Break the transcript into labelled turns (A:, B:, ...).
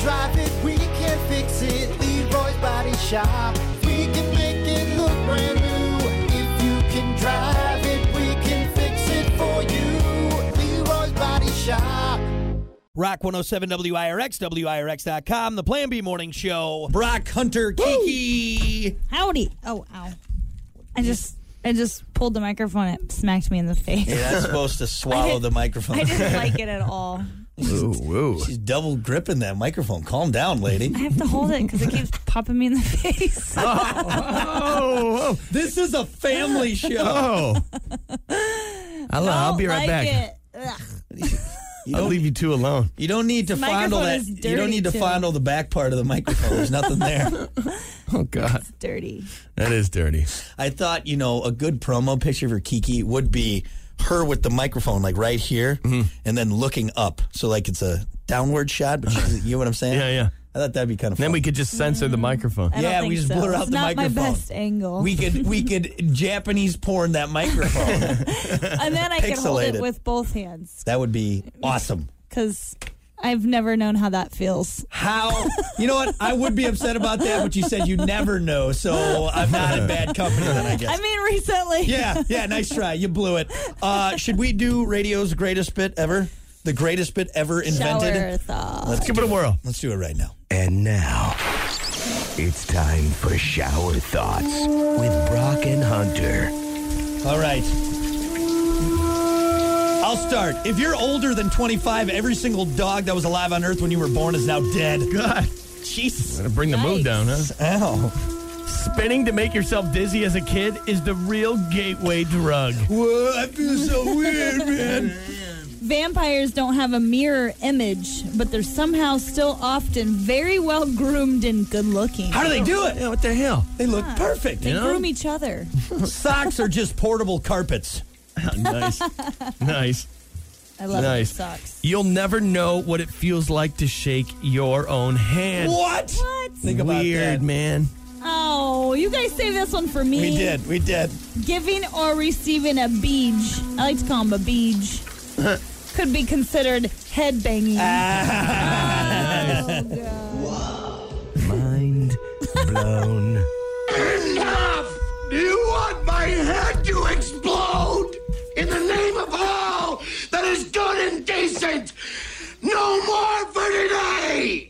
A: drive it, we can fix it. Leroy's Body Shop. We can make it look brand new. If you can drive it, we can fix it for you. Leroy's Body Shop.
B: Rock 107 WIRX, WIRX.com, the Plan B Morning Show.
C: Brock Hunter Kiki.
D: Howdy. Oh, ow. I just I just pulled the microphone. It smacked me in the face.
C: You're not supposed to swallow the microphone.
D: I didn't like it at all.
E: Woo, woo.
C: She's double gripping that microphone. Calm down, lady.
D: I have to hold it because it keeps popping me in the face.
E: Oh,
C: This is a family show.
E: oh. I'll, I'll be
D: Don't like
E: right back.
D: it. Ugh.
E: I'll leave you two alone.
C: You don't need to
D: This
C: fondle that.
D: microphone is
C: You don't need to
D: dirty, too.
C: fondle the back part of the microphone. There's nothing there.
E: Oh, God.
D: It's dirty.
E: That is dirty.
C: I thought, you know, a good promo picture for Kiki would be her with the microphone, like right here, and then looking up. So, like, it's a downward shot, but she's, you know what I'm saying?
E: Yeah, yeah.
C: I thought that'd be kind of fun.
E: Then we could just censor the microphone.
D: I don't
C: Yeah,
D: think
C: we just
D: so.
C: blur out
D: it's
C: the
D: not my
C: microphone.
D: best angle.
C: We could we could Japanese porn that microphone.
D: and then I can hold
C: pixelated.
D: it with both hands
C: that would be awesome.
D: because I've never known how that feels.
C: How you know what? I would be upset about that, but you said you never know, so I'm not in bad company then I guess.
D: I mean, recently.
C: yeah, yeah, nice try. You blew it. Uh, should we do radio's greatest bit ever? The greatest bit ever invented?
D: Shower thought.
C: Let's
E: Give it a whirl.
C: Let's do it right now.
F: And now, it's time for Shower Thoughts with Brock and Hunter.
C: All right. I'll start. If you're older than 25, every single dog that was alive on Earth when you were born is now dead.
E: God.
C: Jesus.
E: Gonna bring the mood down, huh?
C: Ow.
E: Spinning to make yourself dizzy as a kid is the real gateway drug.
C: Whoa, I feel so weird, man.
D: Vampires don't have a mirror image, but they're somehow still often very well groomed and good looking.
C: How do they do it?
E: Yeah, what the hell?
C: They look perfect.
D: They
E: know?
D: groom each other.
C: Socks are just portable carpets.
E: nice. nice.
D: I love nice.
E: Nice.
D: socks.
E: You'll never know what it feels like to shake your own hand.
C: What?
D: What?
C: Think about
E: Weird,
C: that.
E: man.
D: Oh, you guys saved this one for me.
C: We did. We did.
D: Giving or receiving a beej. I like to call them a beej. Could be considered head banging.
C: Ah,
D: Oh, God.
F: Mind blown.
G: Do you want my head to explode? In the name of all that is good and decent, no more for today!